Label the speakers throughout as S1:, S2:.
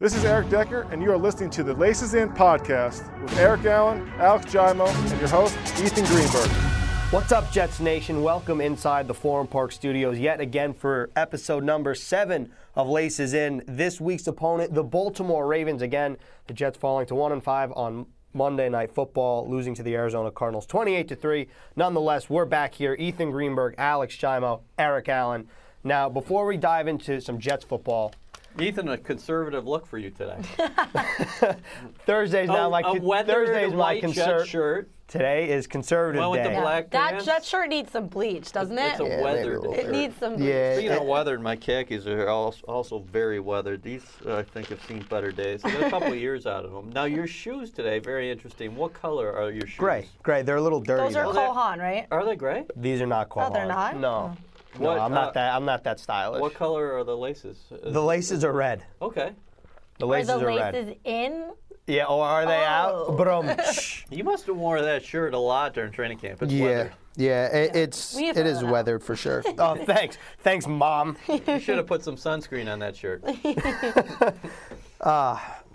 S1: This is Eric Decker, and you are listening to the Laces In podcast with Eric Allen, Alex Gimo, and your host, Ethan Greenberg.
S2: What's up, Jets Nation? Welcome inside the Forum Park Studios yet again for episode number seven of Laces In. This week's opponent, the Baltimore Ravens. Again, the Jets falling to one and five on Monday Night Football, losing to the Arizona Cardinals 28 to three. Nonetheless, we're back here. Ethan Greenberg, Alex Gimo, Eric Allen. Now, before we dive into some Jets football,
S3: Ethan, a conservative look for you today.
S2: Thursday's
S3: A-
S2: not my
S3: Oh, a
S2: con-
S3: weathered
S2: Thursday's my
S3: white jet
S2: concern.
S3: shirt.
S2: Today is conservative
S3: Went with the
S2: day.
S3: black
S4: That
S3: pants.
S4: jet shirt needs some bleach, doesn't
S3: It's
S4: it?
S3: a weathered.
S5: little
S3: day.
S4: It needs some bleach.
S2: Yeah.
S3: Speaking of weathered, my khakis are al- also very weathered. These, uh, I think, have seen better days. I got a couple of years out of them. Now, your shoes today, very interesting. What color are your shoes?
S2: Gray, gray. They're a little dirty.
S4: Those are
S2: though.
S3: they're-
S4: Kohan, right?
S3: Are they gray?
S2: These are not Qualon.
S4: Oh, they're not?
S2: No.
S3: What,
S2: no, I'm
S3: uh,
S2: not that. I'm not that stylish.
S3: What color are the laces? Uh,
S2: the laces are red.
S3: okay.
S2: The
S4: Are
S2: laces
S4: the
S2: are,
S4: laces
S2: red.
S4: in?
S2: Yeah, or are they
S4: Oh.
S2: out? Brum.
S3: You must have worn that shirt a lot during training camp. It's
S5: Yeah,
S3: weathered.
S5: yeah, it, it's
S4: We need
S5: it
S4: to
S5: is
S4: throw that out.
S5: weathered for sure.
S2: oh, thanks, thanks, mom.
S3: You should have put some sunscreen on that shirt.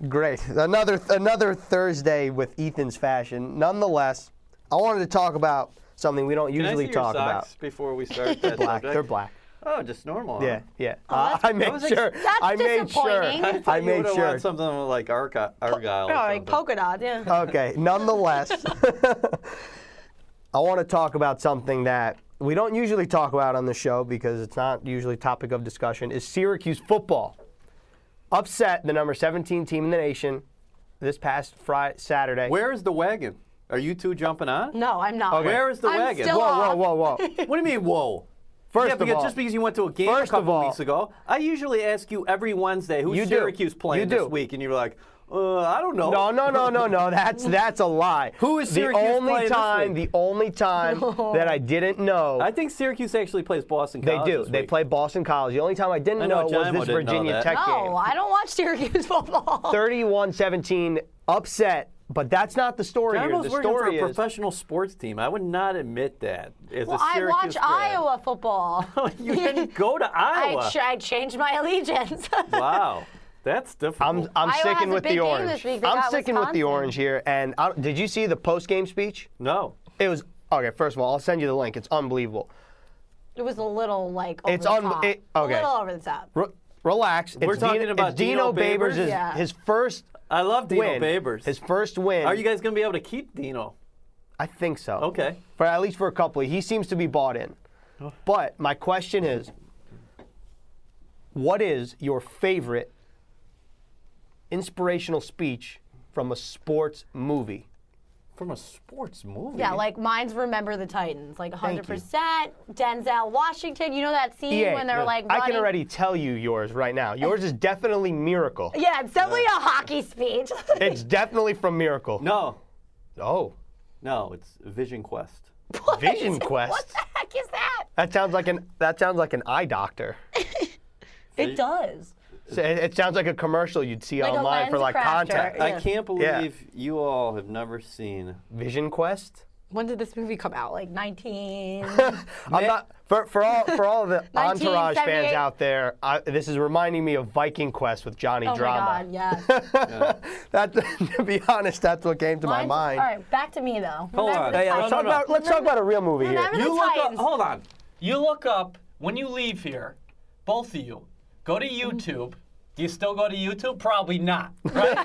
S2: Great. Another another Thursday with Ethan's fashion. Nonetheless, I wanted to talk about something we don't
S3: Can I see
S2: usually
S3: your
S2: talk
S3: socks
S2: about.
S3: before we start that
S2: Black.
S3: subject?
S2: They're black.
S3: Oh, just normal. huh?
S2: Yeah, yeah. Uh, I made
S3: was ex-
S2: sure.
S4: Oh, That's
S2: I made
S4: disappointing.
S2: sure. I
S3: You
S2: made
S3: would've
S2: sure.
S3: wanted something like Arg- Argyle.
S4: Oh,
S3: or
S4: like
S3: something.
S4: polka dots, yeah.
S2: okay. Nonetheless, I want to talk about something that we don't usually talk about on the show because it's not usually topic of discussion. Is Syracuse football upset the number 17 team in the nation this past Friday Saturday?
S3: Where is the wagon? Are you two jumping on?
S4: no, I'm not.
S2: Okay.
S3: Where is the
S4: I'm
S3: wagon?
S4: still
S2: whoa,
S4: off.
S2: whoa, whoa, whoa!
S3: What do you mean, whoa?
S2: First
S3: yeah,
S2: of
S3: because
S2: all-
S3: just because you went to a game
S2: First
S3: a
S2: of
S3: couple
S2: all-
S3: weeks ago, I usually ask you every Wednesday who's
S2: You do.
S3: Syracuse playing
S2: You do.
S3: this week, and you're like, uh, I don't know.
S2: No, no, no, no, no. That's that's a lie.
S3: Who is
S2: the
S3: Syracuse
S2: only
S3: playing this
S2: time? The
S3: week?
S2: only time that I didn't know.
S3: I think Syracuse actually plays Boston
S2: they
S3: College.
S2: do.
S3: this
S2: They
S3: week.
S2: play Boston College. The only time I didn't know,
S3: know
S2: was
S3: Gimo
S2: this
S3: didn't know
S2: Virginia
S3: that.
S2: Tech game.
S4: No, I don't watch Syracuse football.
S2: 31-17 upset, but that's not the story
S3: I
S2: here.
S3: was
S2: The
S3: working for
S2: story
S3: a
S2: is
S3: professional sports team. I would not admit that. As
S4: well,
S3: a
S4: I
S3: Syracuse
S4: watch
S3: grad.
S4: Iowa football.
S3: you didn't go to Iowa.
S4: I, ch- I changed my allegiance.
S3: wow, that's difficult.
S2: I'm I'm
S4: Iowa has
S2: sticking
S4: a
S2: with
S4: big
S2: the
S4: game
S2: orange.
S4: this week. They
S2: I'm
S4: got
S2: sticking with the
S4: Wisconsin.
S2: orange here. And I, did you see the post-game speech?
S3: no.
S2: It was okay. First of all, I'll send you the link. It's unbelievable.
S4: it was a little like over
S2: It's
S4: the
S2: un-
S4: top.
S2: it- okay.
S4: A little over the top.
S2: Re- relax. It's
S3: We're talking
S2: Dino,
S3: about
S2: it's Dino,
S3: Dino Babers?
S2: Babers. is-
S4: Yeah.
S2: His first
S3: I love Dino
S2: win.
S3: Babers.
S2: His first win.
S3: Are you guys going to be able to keep Dino?
S2: I think so.
S3: Okay. Oh.
S2: For at least for a couple. He seems to be bought in. But my question is, what is your favorite inspirational speech from a sports movie?
S3: From a sports movie.
S4: Yeah, like mine's Remember the Titans, like
S2: Thank you.
S4: 100%. Denzel Washington, you know that scene
S2: EA,
S4: when they're like
S2: E I
S4: running?
S2: can already tell you yours right now. Yours is definitely Miracle.
S4: Yeah, it's definitely a hockey speech.
S2: It's definitely from Miracle.
S3: No,
S2: Oh,
S3: no, it's Vision Quest.
S2: Vision Quest.
S4: What the heck is that?
S2: That sounds like an that sounds like an eye doctor.
S4: It does.
S2: So it, it sounds like a commercial you'd see
S4: Like a
S2: online for
S4: lens
S2: like
S4: crafter.
S2: contact.
S3: I
S4: Yeah.
S3: can't believe
S2: Yeah.
S3: you all have never seen.
S2: Vision Quest.
S4: When did this movie come out? Like Oh 19.
S2: I'm not for, for all for all the Entourage fans
S4: 1978.
S2: out there. I, this is reminding me of Viking Quest with Johnny
S4: oh my
S2: Drama.
S4: god, yeah.
S2: That, to be honest, that's what came to my
S4: Mine's-
S2: mind.
S4: All right, back to me though.
S3: Hold
S4: Remember
S3: on.
S4: the
S3: Hey,
S2: Let's
S4: Titans.
S2: talk
S3: No, no.
S2: about let's talk about a real movie here.
S4: Remember the
S3: You look up.
S4: Titans.
S3: Hold on. You look up when you leave here. Both of you go to YouTube. Do you still go to YouTube? Probably not. Right?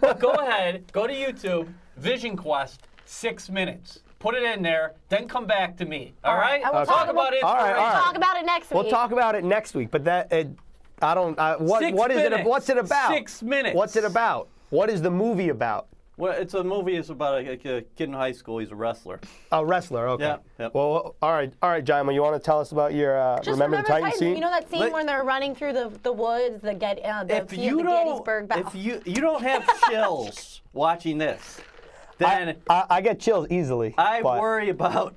S3: but go ahead. Go to YouTube. Vision Quest. Six minutes. Put it in there. Then come back to me. All right.
S2: Uh,
S4: I will
S3: Talk
S4: talk-
S3: about it.
S2: All right, all right.
S4: Talk about it next week.
S2: We'll talk about it next week. But that it, I don't. I, what
S3: Six
S2: what is it?
S3: minutes.
S2: What's it about?
S3: Six minutes.
S2: What's it about? What is the movie about?
S3: Well, it's a movie. It's about a, a kid in high school. He's a wrestler.
S2: A wrestler. Okay.
S3: Yeah, yeah.
S2: Well, all right, all right, Jaima. You want to tell us about your uh,
S4: Just
S2: remember, the Titans scene?
S4: You know that scene
S3: Let-
S4: when they're running through the, the woods, the get uh, the,
S3: if
S4: P-
S3: you
S4: the
S3: don't,
S4: Gettysburg battle.
S3: if you you don't have chills watching this, then
S2: I, I get chills easily.
S3: I,
S2: but-
S3: worry about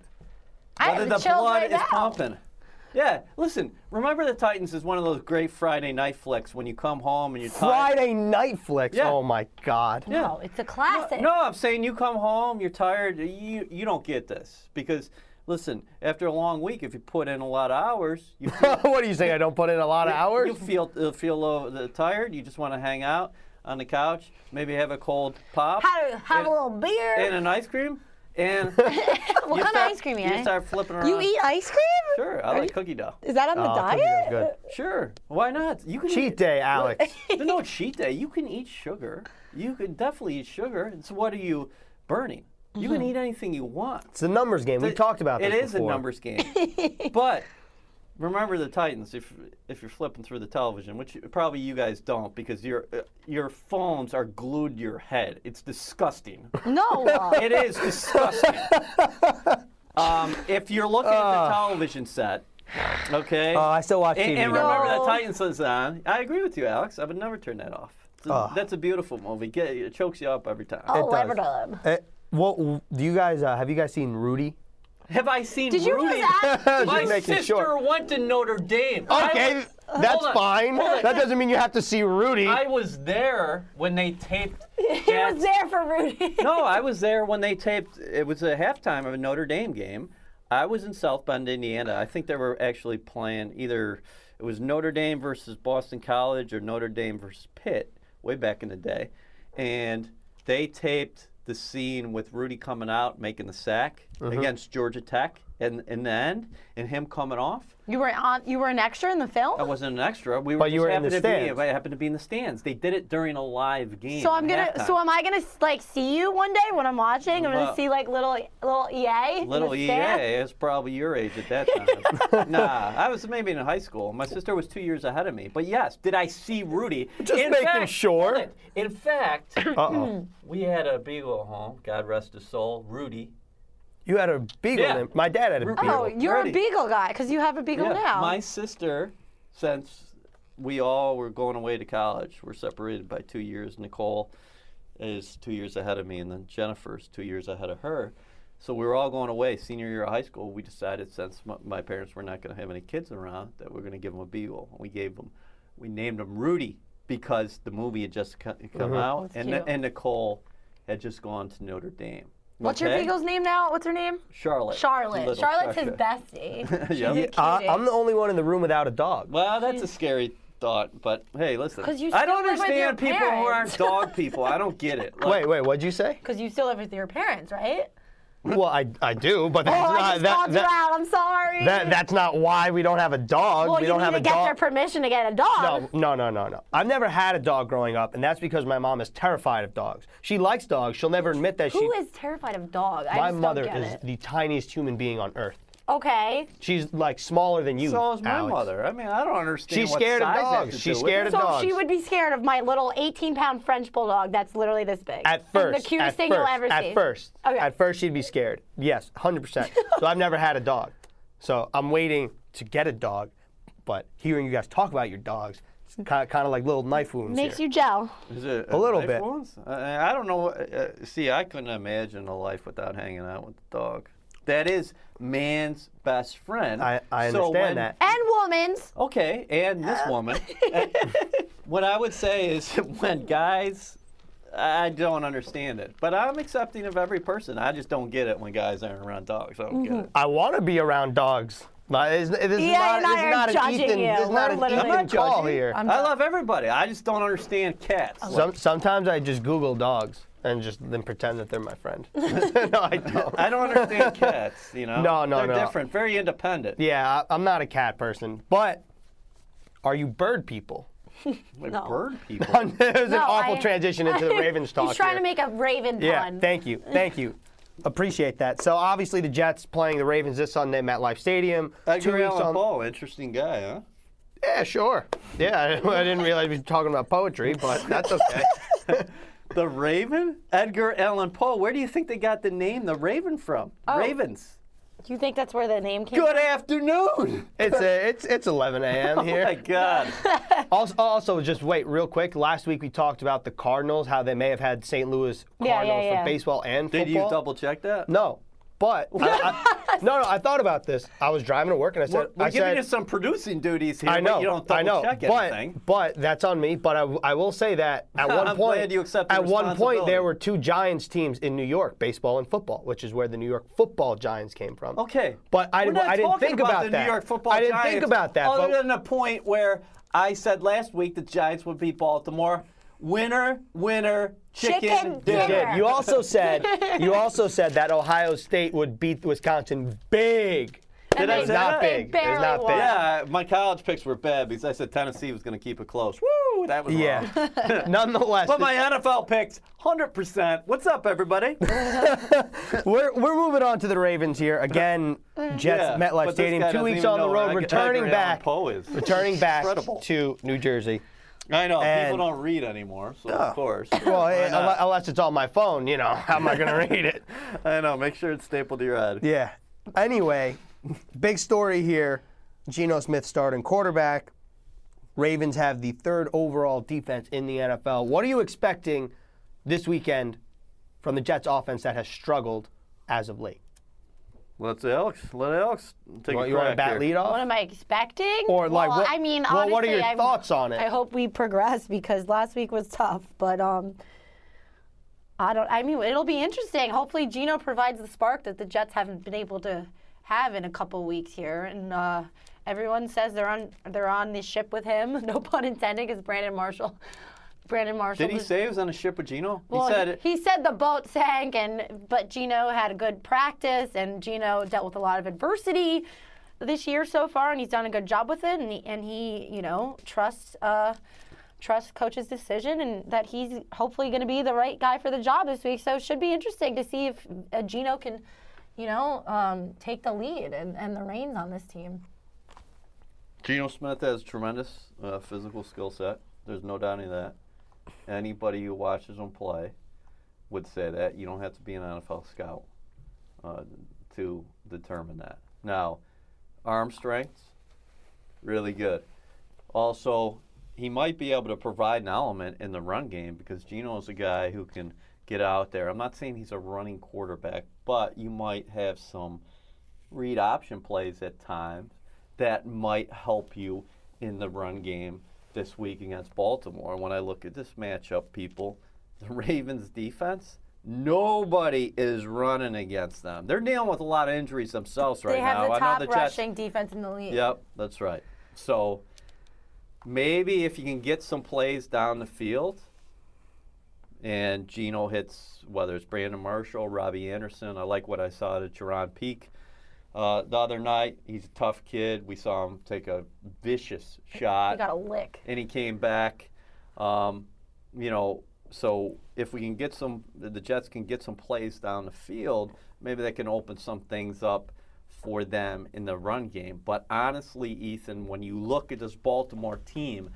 S4: I have
S3: whether
S4: the
S3: the
S4: chills
S3: blood
S4: right
S3: is
S4: now.
S3: pumping. Yeah, listen. Remember the Titans is one of those great Friday night flicks when you come home and you're tired.
S2: Friday night flicks.
S3: Yeah.
S2: Oh my God.
S3: Yeah.
S4: No, it's a classic.
S3: No, I'm saying you come home, you're tired. You you don't get this because Listen, after a long week, if you put in a lot of hours, you feel,
S2: what do you say? I don't put in a lot of hours.
S3: you feel uh, feel uh, tired. You just want to hang out on the couch, maybe have a cold pop,
S4: Have, have
S3: and,
S4: a little beer.
S3: and an ice cream, and
S4: what
S3: you
S4: kind
S3: start-
S4: of ice cream,
S3: You
S4: yeah?
S3: start flipping around.
S4: You eat ice cream?
S3: Sure, I
S4: Are
S3: like
S4: you-
S3: cookie dough.
S4: Is that on the
S2: Oh, cookie dough,
S4: diet?
S2: good.
S3: Sure, why not? You can
S2: Cheat
S3: eat-
S2: day, Alex.
S3: There's no cheat day. You can eat sugar. You can definitely eat sugar. It's what are you burning? You
S4: Mm-hmm.
S3: can eat anything you want.
S2: It's a numbers game. We talked about this
S3: It is
S2: before.
S3: a numbers game. but remember the Titans. If if you're flipping through the television, which probably you guys don't, because your uh, your phones are glued to your head. It's disgusting.
S4: No. uh,
S3: it is disgusting. um, if you're looking at the television set, okay.
S2: Oh, Ah. I still watch
S3: And,
S2: TV.
S3: and
S2: though.
S3: remember
S4: No.
S3: that Titans was on. I agree with you, Alex. I would never turn that off. It's a-
S2: Ah.
S3: That's a beautiful movie. Get, it chokes you up every time.
S4: oh,
S2: does.
S4: Labrador.
S2: Eh, what do you guys uh, have? You guys seen Rudy?
S3: Have I seen
S4: Did you
S3: Rudy?
S4: just ask? did
S6: My
S4: you-
S2: making
S6: sister
S2: sure.
S6: went to Notre Dame. I
S2: Okay,
S6: was-
S2: that's
S6: hold on,
S2: fine.
S6: hold on.
S2: That doesn't mean you have to see Rudy.
S6: I was there when they taped.
S4: He was there for Rudy.
S3: no, I was there when they taped. It was a halftime of a Notre Dame game. I was in South Bend, Indiana. I think they were actually playing either it was Notre Dame versus Boston College or Notre Dame versus Pitt way back in the day, and they taped the scene with Rudy coming out making the sack
S2: Uh-huh.
S3: against Georgia Tech in, in the end, and him coming off.
S4: You were on. You were an extra in the
S3: I
S4: film.
S3: wasn't an extra. We were
S2: But you
S3: just
S2: were in
S3: happened
S2: the
S3: to
S2: stands.
S3: be. I happened to be in the stands. They did it during a live game.
S4: So I'm gonna.
S3: at halftime.
S4: So am I gonna like see you one day when I'm watching? I'm gonna
S3: Well-
S4: see like little little EA. in
S3: Little
S2: E
S4: the
S3: EA
S4: stand?
S3: is probably your age at that time. nah, I was maybe in high school. My sister was two years ahead of me. But yes, did I see Rudy?
S2: Just
S3: in
S2: making
S3: fact,
S2: sure.
S3: hold it. In fact,
S2: Uh-oh.
S3: we had a beagle at home. God rest his soul, Rudy.
S2: you had a beagle.
S3: Yeah.
S2: name. My dad had a
S3: Oh,
S2: beagle.
S4: Oh, you're
S3: Ready.
S4: a beagle guy because you have a beagle now.
S3: My sister, since we all were going away to college, we're separated by two years. Nicole is two years ahead of me, and then Jennifer's two years ahead of her. So we were all going away senior year of high school. We decided since my, my parents were not going to have any kids around that we are going to give them a beagle. We gave them, we named him Rudy because the movie had just co- come out,
S4: That's
S3: and,
S4: cute.
S3: and Nicole had just gone to Notre Dame.
S4: What's your
S3: Okay?
S4: beagle's name now? What's her name?
S3: Charlotte.
S4: Charlotte.
S3: Little
S4: Charlotte's his
S3: Shasha.
S4: bestie.
S3: Yep.
S4: She's
S2: Uh,
S4: cutie.
S2: I'm the only one in the room without a dog.
S3: Well, that's a scary thought, but hey, listen.
S4: 'Cause you
S3: I
S4: still
S3: don't
S4: live with your
S3: understand people who
S4: parents.
S3: aren't dog people. I don't get it. Like,
S2: Wait, wait, what'd you say?
S4: Because you still live with your parents, right?
S2: Well, I, I do, but
S4: Oh,
S2: that's
S4: I
S2: not
S4: just
S2: that,
S4: called
S2: that-
S4: you out. I'm sorry.
S2: that- that's not why we don't have a dog.
S4: well,
S2: we
S4: you
S2: don't
S4: need
S2: have
S4: to
S2: a
S4: get
S2: dog.
S4: their permission to get a dog.
S2: No, no, no, no, no. I've never had a dog growing up, and that's because my mom is terrified of dogs. She likes dogs. She'll never admit that she.
S4: Who is terrified of dog? I
S2: my
S4: just
S2: mother
S4: don't get
S2: is
S4: it.
S2: the tiniest human being on earth.
S4: Okay.
S2: She's like smaller than you.
S3: So is my
S2: Alex.
S3: mother. I mean, I don't understand.
S2: She's
S3: what
S2: scared of
S3: size has
S2: dogs.
S3: to
S2: She's
S3: do with
S2: scared
S3: it.
S2: of
S4: So
S2: dogs.
S4: she would be scared of my little 18-pound French bulldog that's literally this big.
S2: At
S4: It's
S2: first,
S4: the cutest
S2: at
S4: thing
S2: first,
S4: you'll ever
S2: at
S4: see.
S2: first,
S4: Okay.
S2: at first she'd be scared. Yes, hundred percent. So I've never had a dog, so I'm waiting to get a dog. But hearing you guys talk about your dogs, it's kind of, kind of like little knife wounds
S4: Makes
S2: here.
S4: you gel.
S3: Is it
S2: A little
S3: life
S2: bit.
S3: ones? I, I don't know. what- Uh, see, I couldn't imagine a life without hanging out with the dog. That is man's best friend.
S2: I, I
S3: So
S2: understand
S3: when-
S2: that.
S4: And woman's.
S3: Okay, and this woman. Uh, what I would say is when guys, I don't understand it, but I'm accepting of every person. I just don't get it when guys aren't around dogs. I don't
S4: Mm-hmm.
S3: get it.
S2: I want to be around dogs. Like, it's- This is
S4: Yeah,
S2: not,
S4: and I
S2: this is
S4: are
S2: not an
S4: judging
S2: Ethan,
S4: you.
S2: this is
S4: We're
S2: not an
S4: literally-
S2: Ethan
S4: I'm not
S2: call
S3: judging.
S2: here.
S3: I love everybody. I just don't understand cats.
S2: Some, sometimes I just Google dogs and just then pretend that they're my friend. no, I don't.
S3: I don't understand cats. You know?
S2: No, no,
S3: They're
S2: no.
S3: different. Very independent.
S2: Yeah, I, I'm not a cat person, but are you bird people?
S3: Like
S4: No.
S3: bird people.
S2: it was an
S4: No,
S2: awful
S4: I-
S2: transition into the Ravens talk.
S4: He's trying
S2: here.
S4: to make a raven
S2: Yeah,
S4: pun.
S2: thank you, thank you. Appreciate that. So obviously the Jets playing the Ravens this Sunday at MetLife Stadium. Two
S3: Edgar
S2: weeks
S3: Allan
S2: on.
S3: Poe, interesting guy, huh?
S2: Yeah, sure. Yeah, I, I didn't realize we were talking about poetry, but that's okay.
S3: The Raven? Edgar Allan Poe. Where do you think they got the name The Raven from?
S4: Oh.
S3: Ravens.
S4: You think that's where the name came
S3: Good afternoon.
S2: it's a, it's it's 11 a.m.
S3: Oh
S2: here.
S3: my God.
S2: Also, also, just wait real quick. Last week we talked about the Cardinals, how they may have had St. Louis
S4: Yeah, yeah,
S2: Cardinals
S4: yeah.
S2: for baseball and
S3: Did
S2: football.
S3: you double check that?
S2: No, but I,
S4: us.
S2: No, no, I thought about this. I was driving to work and I said,
S3: We're, we're
S2: I
S3: giving
S2: said,
S3: you some producing duties here.
S2: I
S3: but
S2: know.
S3: you don't
S2: I know.
S3: double-check
S2: but,
S3: anything.
S2: but that's on me. But I, w- I will say that at one
S3: I'm
S2: point,
S3: glad you accept the
S2: at one point,
S3: responsibility.
S2: there were two Giants teams in New York, baseball and football, which is where the New York football Giants came from.
S3: Okay.
S2: But I,
S3: We're
S2: didn't-
S3: not
S2: I didn't
S3: talking
S2: think
S3: about,
S2: about
S3: the
S2: that.
S3: New York football
S2: I didn't
S3: Giants,
S2: think about that.
S3: Other
S2: but-
S3: than the point where I said last week the Giants would beat Baltimore. Winner, winner, chicken,
S4: Chicken
S3: dinner.
S4: dinner.
S2: did. You also said you also said that Ohio State would beat Wisconsin big.
S3: Did
S4: they-
S3: I say that?
S2: not
S4: they
S2: big. It's not
S4: barely
S2: big.
S4: won.
S3: Yeah, my college picks were bad because I said Tennessee was going to keep it close. Woo, that was wrong.
S2: Yeah. Nonetheless,
S3: But my NFL picks, 100%. What's up, everybody?
S2: we're, we're moving on to the Ravens here again. Jets
S3: Yeah, but
S2: MetLife
S3: this
S2: Stadium,
S3: guy
S2: two
S3: doesn't
S2: weeks
S3: even
S2: on the
S3: know
S2: road,
S3: Edgar-
S2: returning
S3: Edgar Allan
S2: back,
S3: Poe is.
S2: returning back
S3: Incredible.
S2: to New Jersey.
S3: I know.
S2: And-
S3: people don't read anymore, so of course.
S2: Well,
S3: Why
S2: eh,
S3: not?
S2: unle- unless it's on my phone, you know, how am I going to read it?
S3: I know. Make sure it's stapled to your head.
S2: Yeah. Anyway, big story here. Geno Smith starting quarterback. Ravens have the third overall defense in the NFL. What are you expecting this weekend from the Jets offense that has struggled as of late?
S3: Let's Alex. Let Alex
S2: You
S3: take a
S2: want, you want to
S3: crack
S2: bat
S3: here.
S2: lead
S4: What
S2: off?
S4: am I expecting?
S2: Or, like,
S4: well,
S2: what-
S4: I mean,
S2: well,
S4: honestly,
S2: what are your
S4: I'm-
S2: thoughts on it?
S4: I hope we progress because last week was tough, but um, I don't. I mean, it'll be interesting. Hopefully, Gino provides the spark that the Jets haven't been able to have in a couple weeks here, and uh, everyone says they're on they're on this ship with him. No pun intended, because Brandon Marshall. Brandon Marshall.
S3: Did he
S4: was-
S3: say he was on a ship with Gino?
S4: well,
S3: he said it.
S4: he said the boat sank, and but Gino had a good practice, and Gino dealt with a lot of adversity this year so far, and he's done a good job with it, and he, and he you know, trusts uh, trusts coach's decision, and that he's hopefully going to be the right guy for the job this week. So it should be interesting to see if uh, Gino can, you know, um, take the lead and, and the reins on this team.
S3: Geno Smith has tremendous uh, physical skill set. There's no doubting that. Anybody who watches him play would say that. You don't have to be an NFL scout uh, to determine that. Now, arm strength, really good. Also, he might be able to provide an element in the run game because Geno is a guy who can get out there. I'm not saying he's a running quarterback, but you might have some read option plays at times that might help you in the run game this week against Baltimore. When I look at this matchup, people, the Ravens defense, nobody is running against them. They're dealing with a lot of injuries themselves right
S4: they have
S3: now.
S4: the
S3: I
S4: top
S3: know the Jets
S4: rushing defense in the league.
S3: Yep, that's right. So maybe if you can get some plays down the field and Geno hits, whether it's Brandon Marshall, Robbie Anderson, I like what I saw at Jerron Peak uh, the other night. He's a tough kid. We saw him take a vicious
S4: He
S3: shot
S4: got a lick.
S3: and he came back. Um, you know, so if we can get some, the Jets can get some plays down the field, maybe they can open some things up for them in the run game. But honestly, Ethan, when you look at this Baltimore team,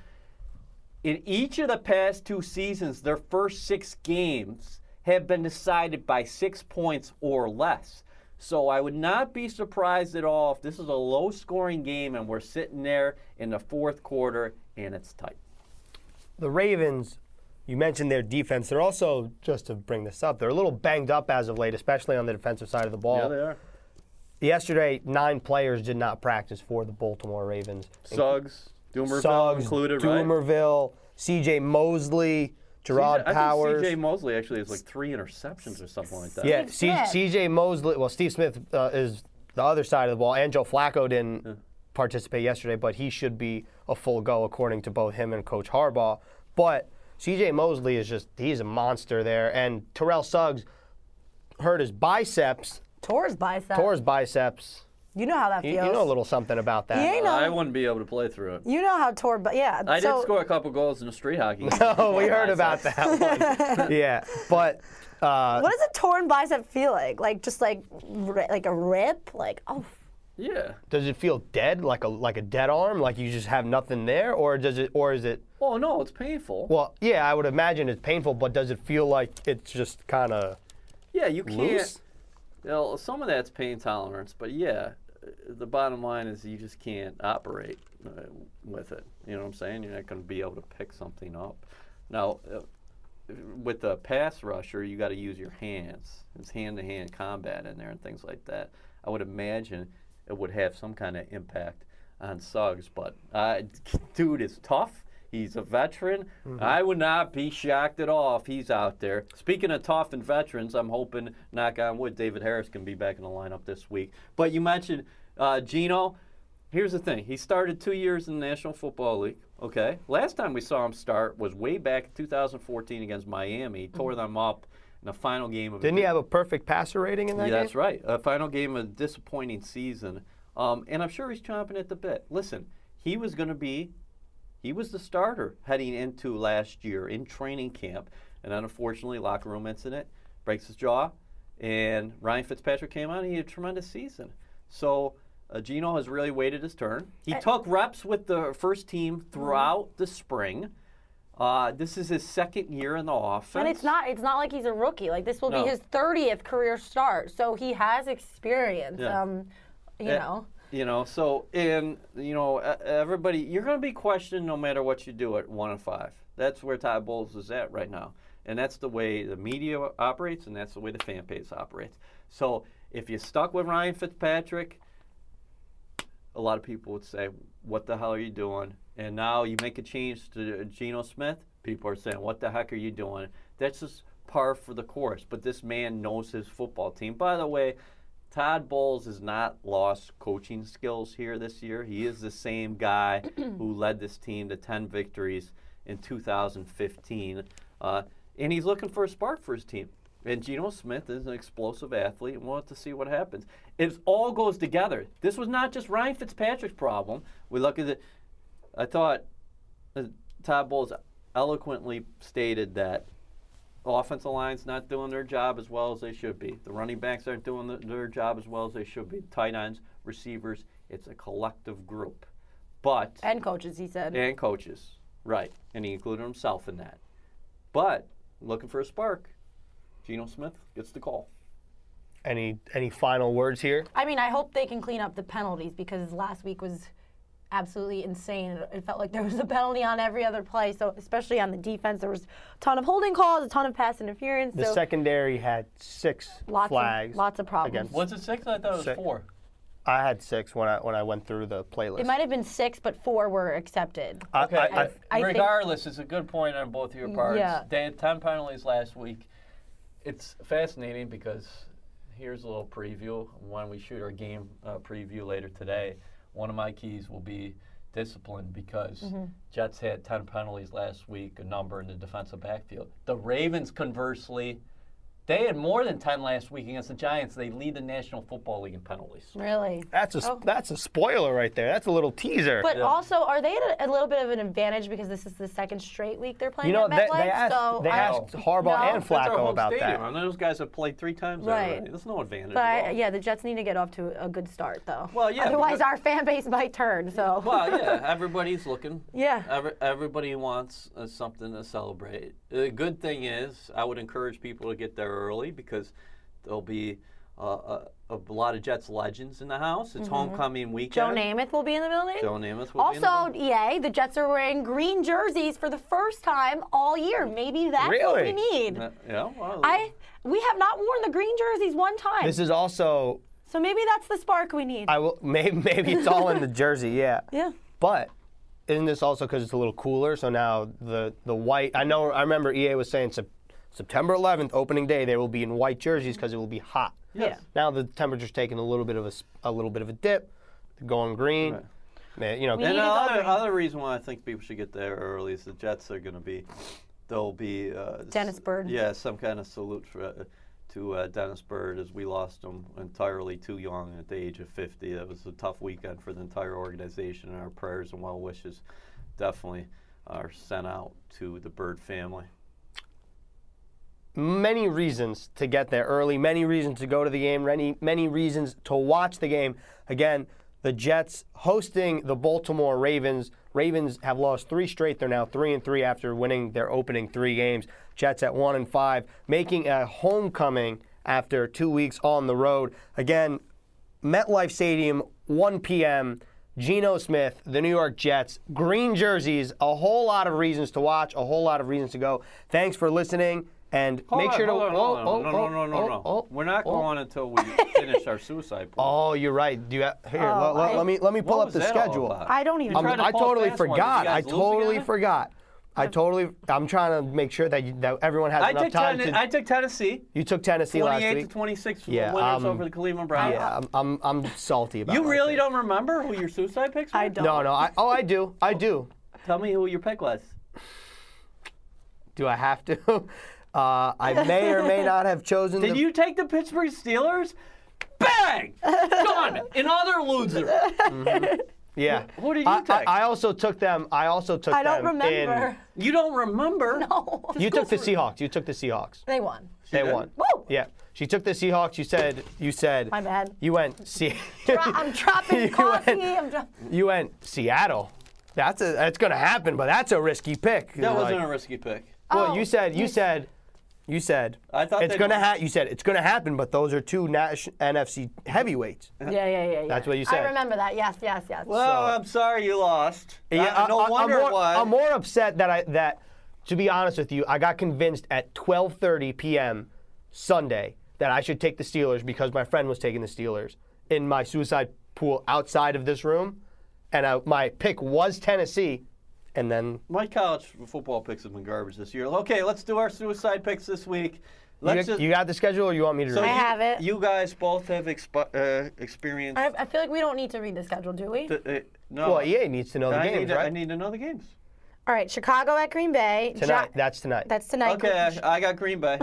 S3: in each of the past two seasons, their first six games have been decided by six points or less. So I would not be surprised at all if this is a low scoring game and we're sitting there in the fourth quarter and it's tight.
S2: the Ravens, you mentioned their defense. They're also, just to bring this up, they're a little banged up as of late, especially on the defensive side of the ball.
S3: are.
S2: Yesterday, nine players did not practice for the Baltimore Ravens.
S3: Suggs, Doomerville
S2: Suggs,
S3: included, right?
S2: Doomerville, C.J. Mosley, Gerard
S3: I
S2: Powers.
S3: think CJ Mosley actually has like three interceptions or something like that.
S2: yeah,
S4: Steve
S2: C-
S4: Smith.
S2: C.J. Mosley. Well, Steve Smith uh, is the other side of the ball. And Joe Flacco didn't participate yesterday, but he should be a full go according to both him and Coach Harbaugh. But C.J. Mosley is just—he's a monster there. And Terrell Suggs hurt his biceps,
S4: Torres bicep.
S2: tore his biceps.
S4: You know how that
S2: You,
S4: feels.
S2: you know a little something about that.
S4: He ain't on-
S3: I wouldn't be able to play through it.
S4: You know how Tor, but yeah.
S3: I
S4: so,
S3: did score a couple goals in a street hockey. game.
S2: Oh, we heard about that one. yeah, but uh,
S4: What does a torn bicep feel like? Like just like ri- like a rip? Like oh,
S3: Yeah.
S2: does it feel dead, like a like a dead arm, like you just have nothing there, or does it, or is it?
S3: Well, no, it's painful.
S2: Well, yeah, I would imagine it's painful, but does it feel like it's just kind of
S3: Yeah, you can't.
S2: Loose?
S3: You know, some of that's pain tolerance, but yeah, uh, the bottom line is you just can't operate uh, with it. You know what I'm saying? You're not going to be able to pick something up. Now, uh, with a pass rusher, you got to use your hands. It's hand to hand combat in there and things like that. I would imagine it would have some kind of impact on Suggs. But uh, dude is tough. He's a veteran. I would not be shocked at all if he's out there. Speaking of tough and veterans, I'm hoping, knock on wood, David Harris can be back in the lineup this week. But you mentioned uh, Gino. Here's the thing. He started two years in the National Football League. Okay. Last time we saw him start was way back in 2014 against Miami. He tore them up in the final game of
S2: Mm-hmm. Didn't he have a perfect passer rating in that
S3: yeah,
S2: game?
S3: that's right. A final game of a disappointing season. Um, and I'm sure he's chomping at the bit. Listen, he was going to be, he was the starter heading into last year in training camp. And then unfortunately, locker room incident, breaks his jaw. And Ryan Fitzpatrick came on. And he had a tremendous season. So uh, Gino has really waited his turn. He took reps with the first team
S4: Mm-hmm.
S3: throughout the spring. Uh, this is his second year in the offense.
S4: And it's not it's not like he's a rookie. Like this will
S3: No.
S4: be his 30th career start. So he has experience.
S3: Yeah.
S4: Um, you
S3: Eh,
S4: know.
S3: You know, so and you know e- everybody, you're going to be questioned no matter what you do at one and five. That's where Ty Bowles is at right now, and that's the way the media operates, and that's the way the fan base operates. So if you're stuck with Ryan Fitzpatrick, a lot of people would say, "What the hell are you doing?" And now you make a change to Geno Smith. People are saying, "What the heck are you doing?" That's just par for the course. But this man knows his football team. By the way, Todd Bowles has not lost coaching skills here this year. He is the same guy who led this team to 10 victories in 2015. Uh, and he's looking for a spark for his team. And Geno Smith is an explosive athlete, and we'll have to see what happens. It all goes together. This was not just Ryan Fitzpatrick's problem. We look at it. I thought uh, Todd Bowles eloquently stated that the offensive line's not doing their job as well as they should be. The running backs aren't doing th- their job as well as they should be. Tight ends, receivers, it's a collective group. But
S4: And coaches, he said.
S3: and coaches, right? And he included himself in that. But looking for a spark, Geno Smith gets the call.
S2: Any any final words here?
S4: I mean, I hope they can clean up the penalties because last week was absolutely insane. It felt like there was a penalty on every other play. So especially on the defense, there was a ton of holding calls, a ton of pass interference.
S2: The
S4: so
S2: secondary had six
S4: lots
S2: flags.
S4: of lots of problems.
S2: against-
S6: Was it six? I thought it was
S2: Six.
S6: four.
S2: I had six when I when I went through the playlist.
S4: It might have been six, but four were accepted.
S3: Uh,
S2: I-
S6: Okay.
S2: I- I-
S4: I think-
S6: regardless, it's a good point on both your parts.
S4: Yeah.
S6: They had 10 penalties last week. It's fascinating because here's a little preview. When we shoot our game uh, preview later today, one of my keys will be discipline because
S4: Mm-hmm.
S6: Jets had 10 penalties last week, a number in the defensive backfield. The Ravens, conversely, they had more than 10 last week against the Giants. They lead the National Football League in penalties.
S4: Really.
S2: that's a
S4: Oh.
S2: that's a spoiler right there. That's a little teaser.
S4: But also, are they at a, a little bit of an advantage because this is the second straight week they're playing
S2: you know
S4: at
S2: they,
S4: MetLife?
S2: they asked
S4: so
S2: they
S4: I-
S2: asked Harbaugh
S4: No.
S2: and
S3: That's our
S2: Flacco
S3: home
S2: about
S3: stadium.
S2: that.
S3: And those guys have played three times
S4: Right.
S3: already. There's no advantage.
S4: But
S3: at
S4: I,
S3: all.
S4: yeah, the Jets need to get off to a good start, though.
S3: Well, yeah,
S4: Otherwise,
S3: because-
S4: our fan base might turn. So.
S3: well, yeah, everybody's looking.
S4: Yeah.
S3: Every, everybody wants uh, something to celebrate. The good thing is, I would encourage people to get there early because there'll be uh, a, a lot of Jets legends in the house. It's homecoming
S4: Mm-hmm. Joe
S3: weekend.
S4: Namath will be in the building.
S3: Joe Namath will be in the
S4: Also, EA, the Jets are wearing green jerseys for the first time all year. Maybe that's what
S2: Really?
S4: we need.
S3: building. Uh, yeah, well,
S4: I we have not worn the green jerseys one time.
S2: This is also
S4: so maybe that's the spark we need.
S2: I will maybe maybe it's all in the jersey. Yeah.
S4: yeah.
S2: But isn't this also because it's a little cooler? So now the the white. I know. I remember EA was saying Sep- September 11th, opening day, they will be in white jerseys because it will be hot.
S4: Yes. Yeah.
S2: Now the temperature's taking a little bit of a s- a little bit of a dip, going green. Man, you know,
S4: need
S3: And
S4: to go
S3: another,
S4: green.
S3: other reason why I think people should get there early is the Jets are going to be, they'll be uh,
S4: Dennis
S3: s-
S4: Byrd.
S3: Yeah, some kind of salute for, to uh, Dennis Bird as we lost him entirely too young at the age of 50. That was a tough weekend for the entire organization, and our prayers and well wishes definitely are sent out to the Bird family.
S2: many reasons to get there early, many reasons to go to the game, many, many reasons to watch the game. Again, the Jets hosting the Baltimore Ravens. Ravens have lost three straight. They're now three and three after winning their opening three games. Jets at one and five, making a homecoming after two weeks on the road. Again, MetLife Stadium, 1 p.m. Geno Smith, the New York Jets, green jerseys, a whole lot of reasons to watch, a whole lot of reasons to go. Thanks for listening. And
S3: Hold
S2: make
S3: on,
S2: sure to.
S3: hold on, hold on,
S2: oh,
S3: hold on.
S2: oh,
S3: no, no, no,
S2: oh,
S3: no, no.
S2: oh,
S3: We're not
S2: oh.
S3: going until we finish our suicide pool.
S2: Oh, you're right. Do you have, here?
S4: Oh,
S2: let- let,
S4: I-
S2: let me let me pull
S3: What
S2: up
S3: was
S2: the
S3: that all
S2: schedule.
S3: about?
S4: I don't even.
S2: I'm-
S6: tried to
S2: I
S6: pull
S2: totally
S6: fast one. Did you
S2: forgot. I
S6: guys lose
S2: totally
S6: again?
S2: forgot. I totally. I'm trying to make sure that you, that everyone has
S3: I
S2: enough
S3: took,
S2: time
S3: Tenne-
S2: to.
S3: I took Tennessee,
S2: you took Tennessee last
S3: 28 to
S2: week.
S3: 26, for the
S2: Yeah,
S3: winners
S2: um,
S3: over the Cleveland Browns.
S2: Yeah, I'm, I'm I'm salty about.
S3: You
S2: my
S3: really
S2: pick.
S3: don't remember who your suicide picks were?
S4: I don't.
S2: No, no. I, oh, I do. I do.
S3: Tell me who your pick was.
S2: Do I have to? Uh, I may or may not have chosen.
S3: Did
S2: the,
S3: you take the Pittsburgh Steelers? Bang!
S6: Done. Another loser.
S2: Yeah.
S3: Who did you
S2: I, I,
S3: take?
S2: I also took them. I also took.
S4: I don't
S2: them in-
S4: remember.
S3: You don't remember?
S4: No.
S2: you took the Seahawks. You took the Seahawks.
S4: They won.
S2: They
S3: did?
S2: won.
S4: Woo!
S2: Yeah. She took the Seahawks. You said. You said.
S4: My bad.
S2: You went. See.
S4: I'm dropping
S2: You
S4: coffee.
S2: went-
S4: I'm dro-
S2: You went Seattle. That's a, that's gonna happen, but that's a risky pick.
S3: That
S2: Like,
S3: wasn't a risky pick.
S2: Well,
S4: Oh,
S2: you said you said you said
S3: I thought
S2: it's
S3: they-
S2: gonna ha- you said it's gonna happen, but those are two Nash- NFC heavyweights.
S4: yeah, yeah, yeah, yeah.
S2: That's what you said.
S4: I remember that. Yes, yes, yes.
S3: Well, I'm sorry you lost.
S2: Yeah,
S3: I, no
S2: I- I-
S3: wonder
S2: I'm more,
S3: why.
S2: I'm more upset that I that to be honest with you, I got convinced at 12:30 p.m. Sunday that I should take the Steelers because my friend was taking the Steelers in my suicide pool outside of this room, and I, my pick was Tennessee, and then
S3: My college football picks have been garbage this year. Okay, let's do our suicide picks this week. Let's
S2: you,
S3: just,
S2: you got the schedule, or you want me to?
S3: so
S2: read
S3: you,
S2: it?
S4: have it.
S3: You guys both have exp- uh, experience.
S4: I, I feel like we don't need to read the schedule, do we?
S3: th- uh, no,
S2: Well, EA needs to know the
S3: I,
S2: games,
S3: need to,
S2: right?
S3: I need to know the games.
S4: All right, Chicago at Green Bay. Ja-
S2: tonight. that's tonight.
S4: that's tonight.
S3: Okay, I, I got Green Bay.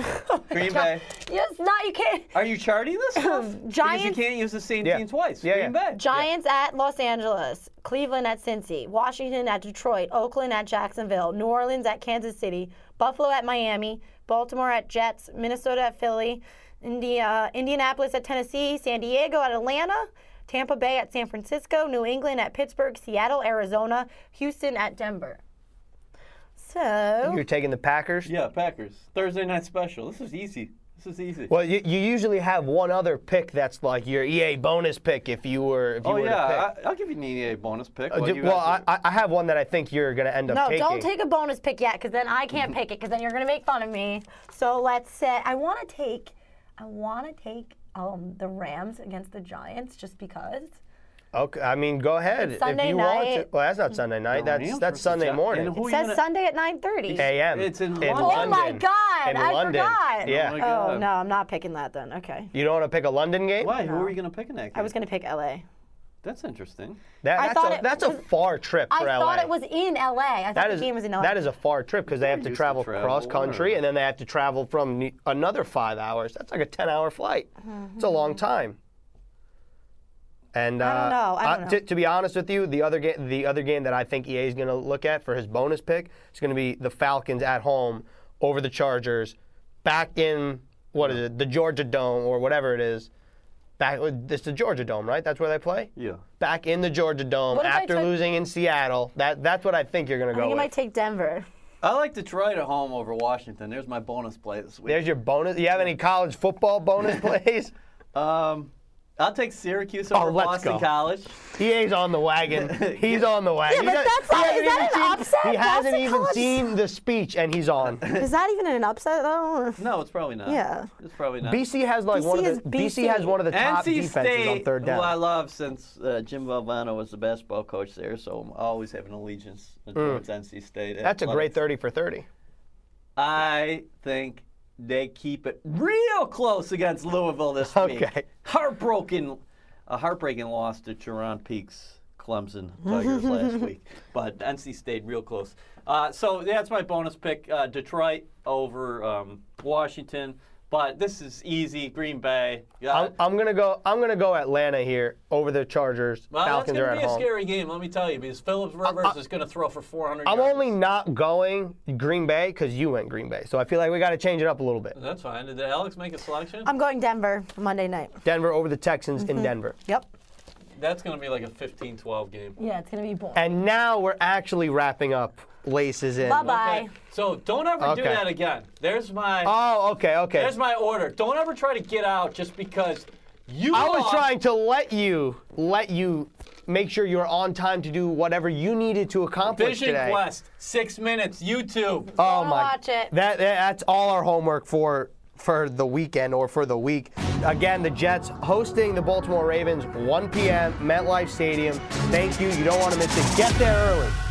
S3: Green Bay.
S4: Yes, not you can't.
S3: Are you charting this? stuff? Because you
S4: Giants-
S3: can't use the same
S2: Yeah.
S3: team twice.
S2: Yeah,
S3: Green
S2: yeah.
S3: Bay.
S4: Giants at Los Angeles, Cleveland at Cincy, Washington at Detroit, Oakland at Jacksonville, New Orleans at Kansas City, Buffalo at Miami, Baltimore at Jets, Minnesota at Philly, India, Indianapolis at Tennessee, San Diego at Atlanta, Tampa Bay at San Francisco, New England at Pittsburgh, Seattle, Arizona, Houston at Denver. So,
S2: You're taking the Packers.
S3: Yeah, Packers. Thursday night special. This is easy. This is easy.
S2: Well, you, you usually have one other pick that's like your EA bonus pick if you were if you
S3: oh
S2: were
S3: yeah,
S2: to
S3: I, I'll give you an EA bonus
S2: pick.
S3: pick. while
S2: Do-
S3: you guys
S2: well, I,
S3: do-
S2: I I have one that I think you're gonna end up
S4: no,
S2: taking.
S4: don't take a bonus pick yet because then I can't pick it because then you're going to make fun of me. So, let's say I want to take, I want to take um, the Rams against the Giants just because.
S2: Okay, I mean go ahead if
S4: Sunday
S2: you want
S4: night.
S2: to. Well, that's not Sunday night. that's
S3: Rams
S2: that's
S3: versus
S2: Sunday
S3: Jack-
S2: morning.
S3: and who
S4: It
S3: you
S4: says
S3: gonna-
S4: Sunday at 9:30.
S2: A.M.
S3: It's in
S2: in
S3: London.
S4: Oh my
S2: London.
S4: God,
S2: In
S4: I
S2: London.
S4: forgot.
S2: Yeah.
S3: Oh my God.
S4: Oh no, I'm not picking that then. Okay.
S2: You don't want to pick a London game?
S3: Why? Who are you gonna pick in that game?
S4: I was gonna pick LA.
S3: That's interesting.
S2: That,
S4: I
S2: that's
S4: thought
S2: a,
S4: it-
S2: that's a far trip
S4: I
S2: for LA.
S4: thought it was in LA. I thought
S2: That
S4: the
S2: is
S4: game was in LA.
S2: that is a far trip because they have to
S3: used to
S2: travel,
S3: travel,
S2: cross country
S3: or-
S2: and then they have to travel from New- another five hours. That's like a ten hour flight. It's a long time. And
S4: Mm-hmm, I don't
S2: uh,
S4: know. I don't know.
S2: To, to be honest with you, the other game, the other game that I think EA is going to look at for his bonus pick is going to be the Falcons at home over the Chargers, back in what is it, the Georgia Dome or whatever it is. Back, it's the Georgia Dome, right? That's where they play.
S3: Yeah.
S2: Back in the Georgia Dome
S4: What if I
S2: after
S4: took-
S2: losing in Seattle. That that's what I think you're going to
S4: I
S2: go
S4: think I
S2: with.
S4: might take Denver.
S3: I like Detroit at home over Washington. There's my bonus play this week.
S2: There's your bonus. You have any college football bonus plays?
S3: Um, I'll take Syracuse over
S2: Oh, let's
S3: Boston
S2: go.
S3: College.
S2: EA's on the wagon. He's on the wagon.
S4: Yeah,
S2: He
S4: but
S2: does-
S4: that's not-
S2: he
S4: is
S2: hasn't
S4: that an
S2: even seen-
S4: upset?
S2: He hasn't
S4: Boston
S2: even
S4: College-
S2: seen the speech, and he's on.
S4: Is that even an upset though?
S3: No, it's probably not.
S4: Yeah.
S3: It's probably not.
S2: BC has like
S4: BC
S2: one of
S4: is
S2: the BC has one of the top
S3: NC
S2: defenses
S3: State,
S2: on third
S3: who I
S2: down.
S3: love since uh, Jim Valvano was the basketball coach there, so I'm always having allegiance towards NC State.
S2: Mm. That's a great
S3: athletics.
S2: thirty for thirty.
S3: I think they keep it real close against Louisville this week.
S2: Okay.
S3: Heartbroken, a heartbreaking loss to Sharon Peaks, Clemson Tigers last week, but NC State real close. Uh, so that's my bonus pick: uh, Detroit over um, Washington. But this is easy. Green Bay. Yeah.
S2: I'm, I'm gonna go. I'm gonna go Atlanta here over the Chargers.
S6: Well,
S2: Falcons
S6: that's
S2: are
S6: going
S2: at
S6: to be a
S2: home.
S6: scary game, let me tell you, because Phillips Rivers is going to throw for 400
S2: I'm
S6: yards.
S2: only not going Green Bay because you went Green Bay, so I feel like we got to change it up a little bit.
S6: That's fine. Did Alex make a selection?
S4: I'm going Denver Monday night.
S2: Denver over the Texans
S4: Mm-hmm.
S2: in Denver.
S4: Yep.
S6: That's going to be like a 15-12 game.
S4: Yeah, it's gonna be boring.
S2: And now we're actually wrapping up laces in.
S4: Bye bye.
S6: Okay, So don't ever do
S2: Okay.
S6: that again. There's my
S2: Oh, okay, okay.
S6: there's my order. Don't ever try to get out just because You
S2: I was
S6: lost.
S2: trying to let you let you make sure you're on time to do whatever you needed to accomplish
S6: Vision
S2: today.
S6: Quest, six minutes, YouTube.
S2: Oh
S4: Don't
S2: my!
S4: watch it.
S2: That, that- that's all our homework for for the weekend or for the week. Again, the Jets hosting the Baltimore Ravens, 1 p.m. MetLife Stadium. Thank you. You don't want to miss it. Get there early.